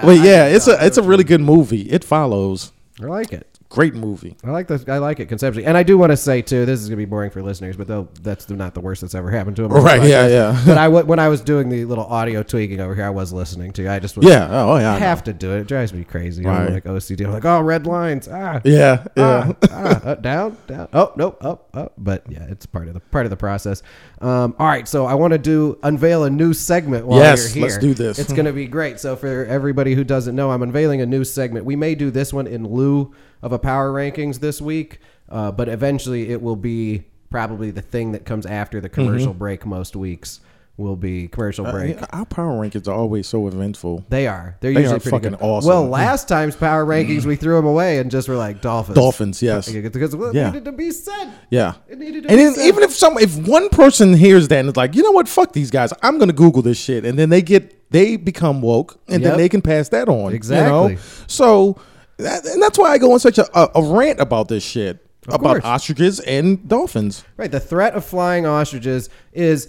Speaker 5: But yeah, it's a it's a really good movie. It follows.
Speaker 4: I like it.
Speaker 5: great movie.
Speaker 4: I like this. I like it conceptually, and I do want to say too. This is gonna be boring for listeners, but though that's not the worst that's ever happened to him. on the
Speaker 5: Right, yeah,
Speaker 4: podcast.
Speaker 5: yeah.
Speaker 4: But I w- when I was doing the little audio tweaking over here, I was listening to. you. I just was,
Speaker 5: Yeah. Oh, yeah.
Speaker 4: I
Speaker 5: I know.
Speaker 4: have to do it. It drives me crazy. I'm
Speaker 5: Right.
Speaker 4: like OCD. I'm like, oh, red lines. Ah,
Speaker 5: Yeah. Yeah.
Speaker 4: ah, ah, up, down, down. Oh, nope, up, up. But yeah, it's part of the part of the process. Um, all right, so I want to do unveil a new segment while
Speaker 5: Yes,
Speaker 4: you're here.
Speaker 5: let's do this.
Speaker 4: It's going to be great. So for everybody who doesn't know, I'm unveiling a new segment. We may do this one in lieu of a power rankings this week, uh, but eventually it will be probably the thing that comes after the commercial break most weeks will be commercial break.
Speaker 5: Mm-hmm. Uh, Yeah, Our power rankings are always so eventful.
Speaker 4: They are. They're
Speaker 5: They
Speaker 4: usually
Speaker 5: are
Speaker 4: pretty
Speaker 5: fucking
Speaker 4: good.
Speaker 5: awesome.
Speaker 4: Well, last time's power rankings, we threw them away and just were like dolphins.
Speaker 5: Dolphins, yes.
Speaker 4: because it
Speaker 5: Yeah.
Speaker 4: needed to be said.
Speaker 5: Yeah.
Speaker 4: It needed to
Speaker 5: and
Speaker 4: be
Speaker 5: then
Speaker 4: said.
Speaker 5: even if some if one person hears that and is like, you know what, fuck these guys. I'm gonna Google this shit. And then they get they become woke and
Speaker 4: Yep.
Speaker 5: then they can pass that on. you know?
Speaker 4: Exactly.
Speaker 5: So that, and that's why I go on such a, a, a rant about this shit. about
Speaker 4: course.
Speaker 5: ostriches and dolphins.
Speaker 4: Right. The threat of flying ostriches is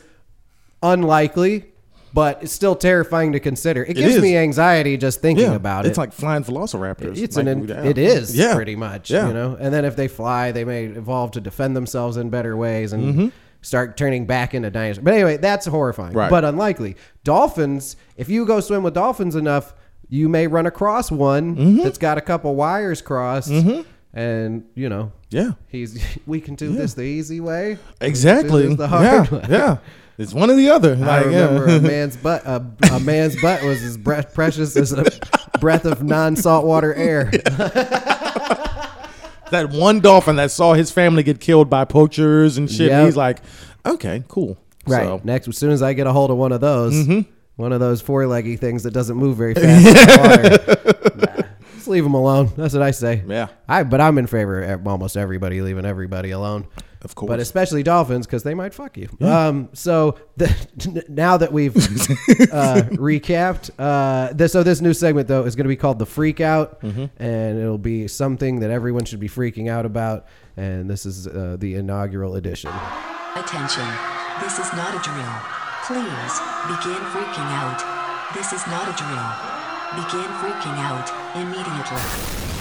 Speaker 4: unlikely, but it's still terrifying to consider. It gives
Speaker 5: is.
Speaker 4: me anxiety just thinking about it.
Speaker 5: It's like flying velociraptors.
Speaker 4: it's
Speaker 5: like,
Speaker 4: an
Speaker 5: we-
Speaker 4: it is
Speaker 5: Yeah.
Speaker 4: pretty much
Speaker 5: Yeah.
Speaker 4: you know and then if they fly they may evolve to defend themselves in better ways and
Speaker 5: Mm-hmm.
Speaker 4: start turning back into dinosaurs but anyway that's horrifying
Speaker 5: Right.
Speaker 4: but unlikely dolphins if you go swim with dolphins enough you may run across one
Speaker 5: Mm-hmm.
Speaker 4: that's got a couple wires crossed and you know
Speaker 5: Yeah.
Speaker 4: he's we can do this the easy way
Speaker 5: Exactly.
Speaker 4: This is the hard
Speaker 5: yeah.
Speaker 4: way.
Speaker 5: yeah. It's one or the other.
Speaker 4: I
Speaker 5: Like, yeah.
Speaker 4: remember a man's butt. A, a man's butt was as bre- precious as a breath of non-saltwater air.
Speaker 5: that one dolphin that saw his family get killed by poachers and shit.
Speaker 4: Yep.
Speaker 5: And he's like, okay, cool.
Speaker 4: Right.
Speaker 5: So, Mm-hmm.
Speaker 4: Next, as soon as I get a hold of one of those, one of those four leggy things that doesn't move very fast, in the water, nah, just leave them alone. Oh, That's what I say.
Speaker 5: Yeah.
Speaker 4: I but I'm in favor of almost everybody leaving everybody alone.
Speaker 5: Of course.
Speaker 4: But especially dolphins because they might fuck you. Um. So the, now that we've uh, recapped, uh, this, so this new segment though is going to be called the freak out,
Speaker 5: Mm-hmm.
Speaker 4: and it'll be something that everyone should be freaking out about. And this is uh, the inaugural edition.
Speaker 8: Attention. This is not a drill. Please begin freaking out. This is not a drill. Begin freaking out immediately.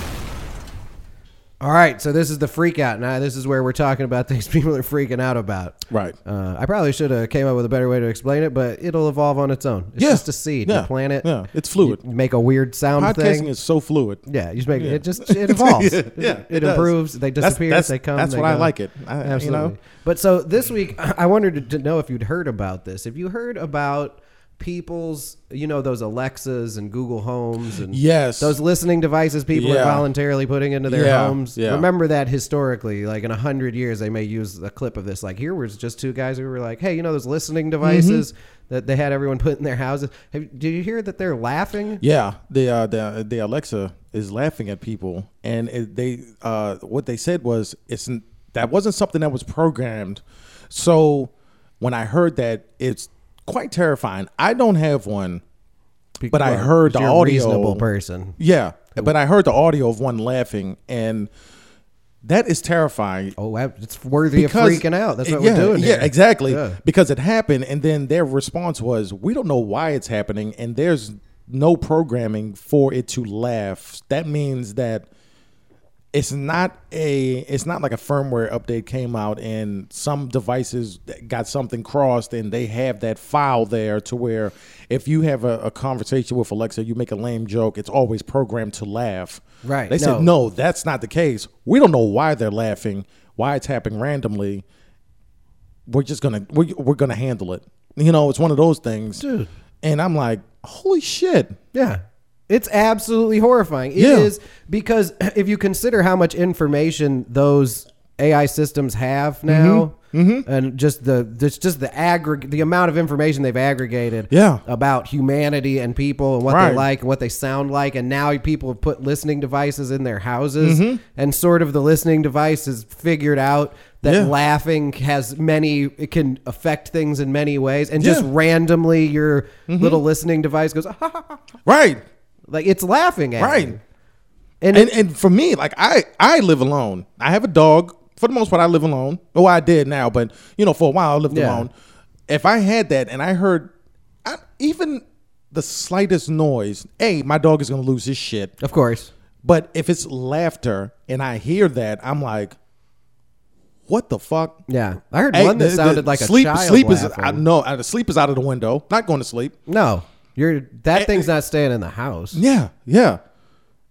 Speaker 4: All right, so this is the freak out. Now, this is where we're talking about things people are freaking out about.
Speaker 5: Right.
Speaker 4: Uh, I probably should have came up with a better way to explain it, but it'll evolve on its own. It's
Speaker 5: Yeah.
Speaker 4: just a seed. You
Speaker 5: Yeah.
Speaker 4: plant it.
Speaker 5: Yeah. It's fluid.
Speaker 4: You make a weird sound
Speaker 5: podcasting
Speaker 4: thing.
Speaker 5: is so fluid.
Speaker 4: yeah, you just make it just it evolves.
Speaker 5: Yeah,
Speaker 4: it,
Speaker 5: yeah,
Speaker 4: it,
Speaker 5: it does.
Speaker 4: improves. They
Speaker 5: That's-
Speaker 4: disappear.
Speaker 5: that's-
Speaker 4: they come.
Speaker 5: that's
Speaker 4: they
Speaker 5: what I
Speaker 4: go.
Speaker 5: like it. I- you know?
Speaker 4: Absolutely. But so this week, I wanted to know if you'd heard about this. Have you heard about people's, you know, those Alexas and Google Homes and
Speaker 5: Yes.
Speaker 4: those listening devices people are
Speaker 5: Yeah.
Speaker 4: voluntarily putting into their
Speaker 5: Yeah,
Speaker 4: homes.
Speaker 5: yeah.
Speaker 4: Remember that historically, like in a hundred years, they may use a clip of this. Like here was just two guys who were like, "Hey, you know those listening
Speaker 5: Mm-hmm.
Speaker 4: devices that they had everyone put in their houses? Have, did you hear that they're laughing?
Speaker 5: Yeah, the uh, the the Alexa is laughing at people, and it, they uh, what they said was it's n- that wasn't something that was programmed. So when I heard that, it's quite terrifying. I don't have one, but I
Speaker 4: Well,
Speaker 5: heard the
Speaker 4: you're a
Speaker 5: audio.
Speaker 4: reasonable person.
Speaker 5: Yeah, but I heard the audio of one laughing, and that is terrifying.
Speaker 4: Oh, wow, it's worthy of freaking out. That's what
Speaker 5: yeah,
Speaker 4: we're doing.
Speaker 5: Yeah,
Speaker 4: here.
Speaker 5: exactly.
Speaker 4: Yeah.
Speaker 5: Because it happened, and then their response was, "We don't know why it's happening, and there's no programming for it to laugh." That means that it's not a it's not like a firmware update came out and some devices got something crossed and they have that file there to where if you have a, a conversation with alexa you make a lame joke it's always programmed to laugh
Speaker 4: Right,
Speaker 5: they
Speaker 4: no.
Speaker 5: said no that's not the case we don't know why they're laughing why it's happening randomly we're just gonna we're, we're gonna handle it you know it's one of those things
Speaker 4: Dude.
Speaker 5: and i'm like holy shit
Speaker 4: Yeah. It's absolutely horrifying. It is
Speaker 5: Yeah.
Speaker 4: because if you consider how much information those AI systems have
Speaker 5: Mm-hmm.
Speaker 4: now, and just the just, just the aggregate the amount of information they've aggregated
Speaker 5: Yeah.
Speaker 4: about humanity and people and what they
Speaker 5: Right.
Speaker 4: like and what they sound like, and now people have put listening devices in their houses,
Speaker 5: Mm-hmm.
Speaker 4: and sort of the listening device has figured out that
Speaker 5: Yeah.
Speaker 4: laughing has many it can affect things in many ways, and just
Speaker 5: Yeah. Mm-hmm.
Speaker 4: randomly your little listening device goes.
Speaker 5: right
Speaker 4: Like it's laughing at
Speaker 5: right
Speaker 4: you. And,
Speaker 5: and
Speaker 4: it-
Speaker 5: and for me, like I I live alone. I have a dog. For the most part, I live alone. Oh, I did now, but you know, for a while I lived
Speaker 4: Yeah.
Speaker 5: alone. If I had that and I heard I, even the slightest noise, a my dog is gonna lose his shit.
Speaker 4: of course,
Speaker 5: But if it's laughter and I hear that, I'm like, what the fuck?
Speaker 4: Yeah, I heard
Speaker 5: Hey,
Speaker 4: one that
Speaker 5: the- the
Speaker 4: sounded like
Speaker 5: sleep,
Speaker 4: a child.
Speaker 5: Sleep is
Speaker 4: laughing.
Speaker 5: I, no, uh, sleep is out of the window. Not going to sleep.
Speaker 4: no, you're that
Speaker 5: Eh,
Speaker 4: thing's
Speaker 5: eh.
Speaker 4: not staying in the house.
Speaker 5: Yeah, yeah.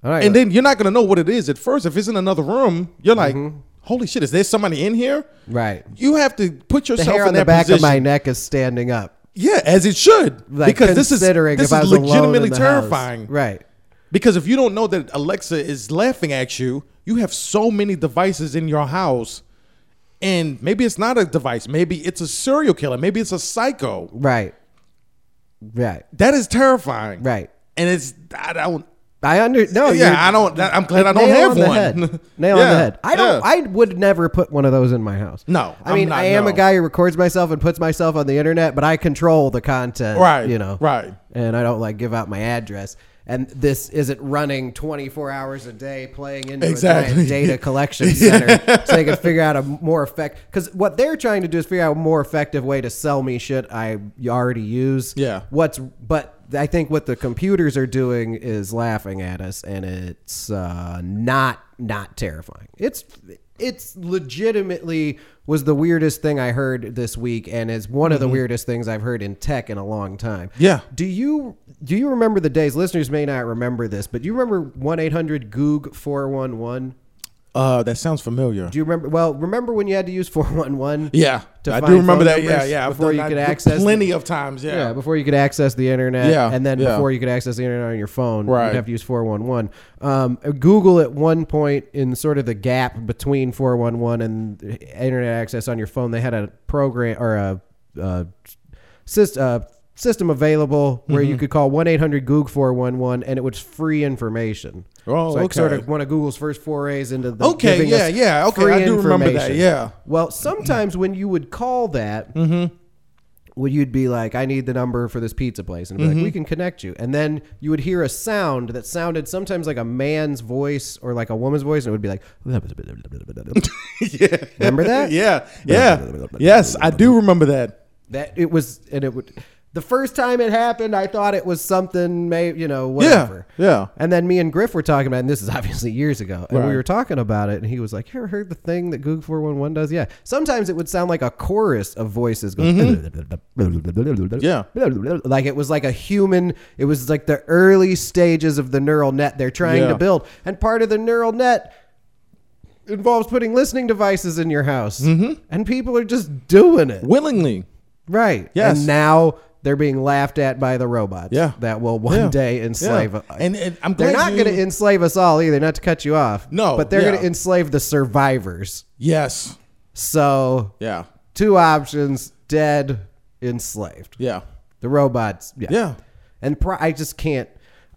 Speaker 4: All right,
Speaker 5: And then you're not gonna know what it is at first. If it's in another room, you're like,
Speaker 4: Mm-hmm.
Speaker 5: holy shit, is there somebody in here?
Speaker 4: right.
Speaker 5: You have to put
Speaker 4: The
Speaker 5: yourself
Speaker 4: hair
Speaker 5: in
Speaker 4: on
Speaker 5: that
Speaker 4: the back
Speaker 5: position.
Speaker 4: of my neck is standing up.
Speaker 5: Yeah, as it should.
Speaker 4: Like,
Speaker 5: because this is
Speaker 4: considering
Speaker 5: this
Speaker 4: if I
Speaker 5: is
Speaker 4: was alone in
Speaker 5: legitimately
Speaker 4: the house.
Speaker 5: terrifying.
Speaker 4: Right.
Speaker 5: Because if you don't know that Alexa is laughing at you, you have so many devices in your house. And maybe it's not a device. Maybe it's a serial killer. Maybe it's a psycho.
Speaker 4: Right. Right.
Speaker 5: That is terrifying.
Speaker 4: Right.
Speaker 5: And it's I don't.
Speaker 4: I under no.
Speaker 5: yeah,
Speaker 4: you're-
Speaker 5: I don't. That, I'm glad I don't
Speaker 4: nail
Speaker 5: have
Speaker 4: on
Speaker 5: one.
Speaker 4: the head. Nail on
Speaker 5: Yeah,
Speaker 4: the head. I don't.
Speaker 5: yeah.
Speaker 4: I would never put one of those in my house.
Speaker 5: No,
Speaker 4: I
Speaker 5: I'm
Speaker 4: mean,
Speaker 5: not,
Speaker 4: I am
Speaker 5: no.
Speaker 4: a guy who records myself and puts myself on the internet, but I control the content.
Speaker 5: Right,
Speaker 4: You know.
Speaker 5: right.
Speaker 4: And I don't like give out my address. And this isn't running 24 hours a day playing into a
Speaker 5: Exactly.
Speaker 4: giant data collection center so they can figure out a more effect. Because what they're trying to do is figure out a more effective way to sell me shit I already use.
Speaker 5: Yeah.
Speaker 4: What's but I think what the computers are doing is laughing at us, and it's uh, not not terrifying. It's it's legitimately was the weirdest thing I heard this week, and is one of the weirdest things I've heard in tech in a long time.
Speaker 5: Yeah.
Speaker 4: Do you do you remember the days? Listeners may not remember this, but do you remember one eight hundred Goog four one one?
Speaker 5: Uh, that sounds familiar.
Speaker 4: Do you remember? Well, remember when you had to use four one one?
Speaker 5: yeah,
Speaker 4: to
Speaker 5: I
Speaker 4: find
Speaker 5: do remember
Speaker 4: phone
Speaker 5: that. Yeah,
Speaker 4: numbers
Speaker 5: yeah. I've
Speaker 4: before
Speaker 5: done
Speaker 4: you
Speaker 5: that
Speaker 4: could access
Speaker 5: plenty of times.
Speaker 4: Yeah,
Speaker 5: Yeah,
Speaker 4: before you could access the internet.
Speaker 5: Yeah,
Speaker 4: And then
Speaker 5: yeah.
Speaker 4: before you could access the internet on your phone,
Speaker 5: Right.
Speaker 4: you'd have to use 411. Um, Google at one point in sort of the gap between 411 and internet access on your phone, they had a program or a, uh system. Uh, System available where
Speaker 5: Mm-hmm.
Speaker 4: you could call 1 800 Goog 411 and it was free information.
Speaker 5: Oh,
Speaker 4: so like sort
Speaker 5: okay.
Speaker 4: of one of Google's first forays into the
Speaker 5: Okay,
Speaker 4: giving
Speaker 5: yeah,
Speaker 4: us
Speaker 5: yeah, okay,
Speaker 4: free
Speaker 5: I do remember that,
Speaker 4: information.
Speaker 5: yeah.
Speaker 4: Well, sometimes when you would call that,
Speaker 5: Mm-hmm.
Speaker 4: would you'd be like, I need the number for this pizza place, and it'd be
Speaker 5: Mm-hmm.
Speaker 4: like, we can connect you. And then you would hear a sound that sounded sometimes like a man's voice or like a woman's voice, and it would be like, remember that?
Speaker 5: yeah, yeah. yes, I do remember that.
Speaker 4: That it was, and it would. The first time it happened, I thought it was something, may you know, whatever.
Speaker 5: yeah.
Speaker 4: And then me and Griff were talking about, and this is obviously years ago, and
Speaker 5: Right.
Speaker 4: we were talking about it, and he was like, "You ever heard the thing that Google Four One One does?" Yeah. Sometimes it would sound like a chorus of voices going,
Speaker 5: Mm-hmm. Yeah.
Speaker 4: like it was like a human. It was like the early stages of the neural net they're trying
Speaker 5: Yeah.
Speaker 4: to build, and part of the neural net involves putting listening devices in your house, mm-hmm. and people are just doing it.
Speaker 5: Willingly.
Speaker 4: Right.
Speaker 5: Yes.
Speaker 4: And now they're being laughed at by the robots.
Speaker 5: Yeah.
Speaker 4: That will one
Speaker 5: Yeah.
Speaker 4: day enslave.
Speaker 5: Yeah. And- and I'm
Speaker 4: uh, they're
Speaker 5: glad
Speaker 4: not going
Speaker 5: you-
Speaker 4: to enslave us all either. Not to cut you off.
Speaker 5: No,
Speaker 4: But they're
Speaker 5: yeah.
Speaker 4: going to enslave the survivors.
Speaker 5: Yes.
Speaker 4: So
Speaker 5: Yeah.
Speaker 4: two options: dead, enslaved.
Speaker 5: Yeah.
Speaker 4: The robots. Yeah.
Speaker 5: Yeah.
Speaker 4: And pro- I just can't.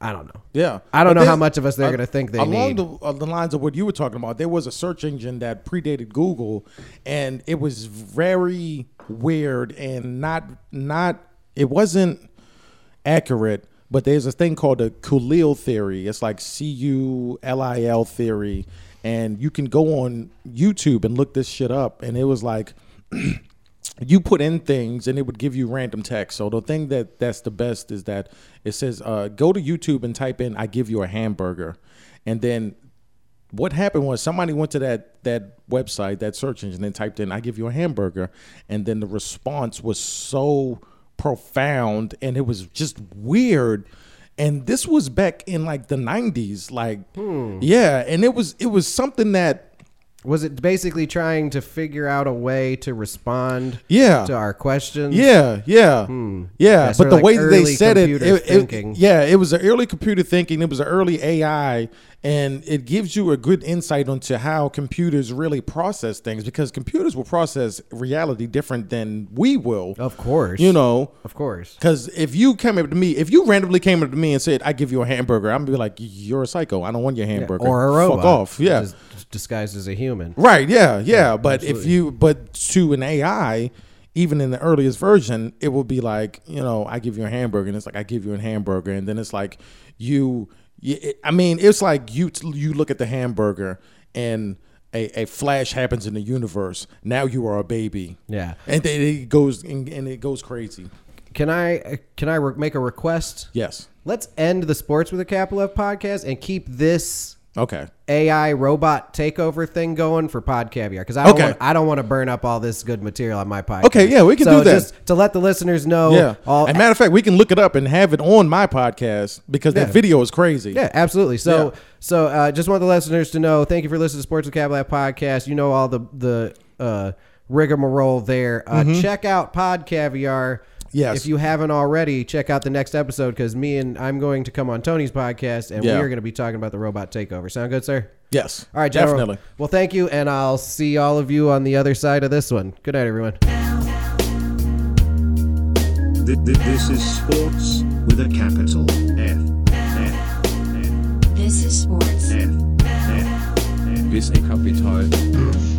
Speaker 4: I don't know.
Speaker 5: Yeah.
Speaker 4: I don't
Speaker 5: But
Speaker 4: know
Speaker 5: then-
Speaker 4: how much of us they're
Speaker 5: uh,
Speaker 4: going to think they
Speaker 5: along
Speaker 4: need.
Speaker 5: the, uh, the lines of what you were talking about, there was a search engine that predated Google, and it was very weird and not not it wasn't accurate. But there's a thing called the Kulil theory. It's like C U L I L theory, and you can go on YouTube and look this shit up. And it was like you put in things and it would give you random text. So the thing that that's the best is that it says uh, go to YouTube and type in "I give you a hamburger," and then what happened was somebody went to that that website that search engine and typed in "I give you a hamburger," and then the response was so profound and it was just weird. And this was back in like the '90s, like yeah, and it was it was something that
Speaker 4: Was it basically trying to figure out a way to respond?
Speaker 5: Yeah.
Speaker 4: To our questions.
Speaker 5: Yeah, yeah, yeah.
Speaker 4: That's
Speaker 5: but
Speaker 4: Hmm. sort
Speaker 5: the
Speaker 4: of
Speaker 5: way
Speaker 4: like
Speaker 5: that they
Speaker 4: early
Speaker 5: said it,
Speaker 4: computer
Speaker 5: it- it-
Speaker 4: thinking.
Speaker 5: yeah, it was an early computer thinking. It was an early AI, and it gives you a good insight onto how computers really process things because computers will process reality different than we will.
Speaker 4: Of course.
Speaker 5: you know.
Speaker 4: Of course.
Speaker 5: Because if you came up to me, if you randomly came up to me and said, "I give you a hamburger," I'm gonna be like, "You're a psycho. I don't want your hamburger."
Speaker 4: Or a robot.
Speaker 5: Fuck off.
Speaker 4: which
Speaker 5: Yeah.
Speaker 4: is just disguised as a human.
Speaker 5: Right. Yeah. Yeah. but if you, but to an AI, even in the earliest version, it will be like, you know, I give you a hamburger, and it's like I give you a hamburger, and then it's like you. you it- I mean, it's like you you look at the hamburger and. A, a flash happens in the universe. Now you are a baby.
Speaker 4: Yeah.
Speaker 5: and then it goes and, and it goes crazy.
Speaker 4: Can I can I re- make a request?
Speaker 5: Yes.
Speaker 4: Let's end the sports with a capital F podcast and keep this
Speaker 5: Okay.
Speaker 4: AI robot takeover thing going for Pod Caviar because I don't
Speaker 5: Okay.
Speaker 4: want, I don't want to burn up all this good material on my podcast.
Speaker 5: Okay, yeah, we can
Speaker 4: so
Speaker 5: do that.
Speaker 4: Just to let the listeners know,
Speaker 5: Yeah.
Speaker 4: all
Speaker 5: and matter of fact, we can look it up and have it on my podcast because that video is crazy.
Speaker 4: Yeah, absolutely. So,
Speaker 5: Yeah.
Speaker 4: so uh, just want the listeners to know. Thank you for listening to Sports with Capital podcast. You know all the the uh, rigmarole there. Uh, Check out Pod Caviar.
Speaker 5: Mm-hmm. Yes.
Speaker 4: If you haven't already, check out the next episode because me and I'm going to come on Tony's podcast and
Speaker 5: Yeah.
Speaker 4: we are going to be talking about the robot takeover. Sound good, sir?
Speaker 5: Yes.
Speaker 4: All right, General.
Speaker 5: Definitely.
Speaker 4: Well, thank you, and I'll see all of you on the other side of this one. Good night, everyone.
Speaker 2: Th- th- This is sports with a capital F. F. F.
Speaker 3: This is sports.
Speaker 2: F. F. F.
Speaker 9: Bis a Kapital.
Speaker 2: F.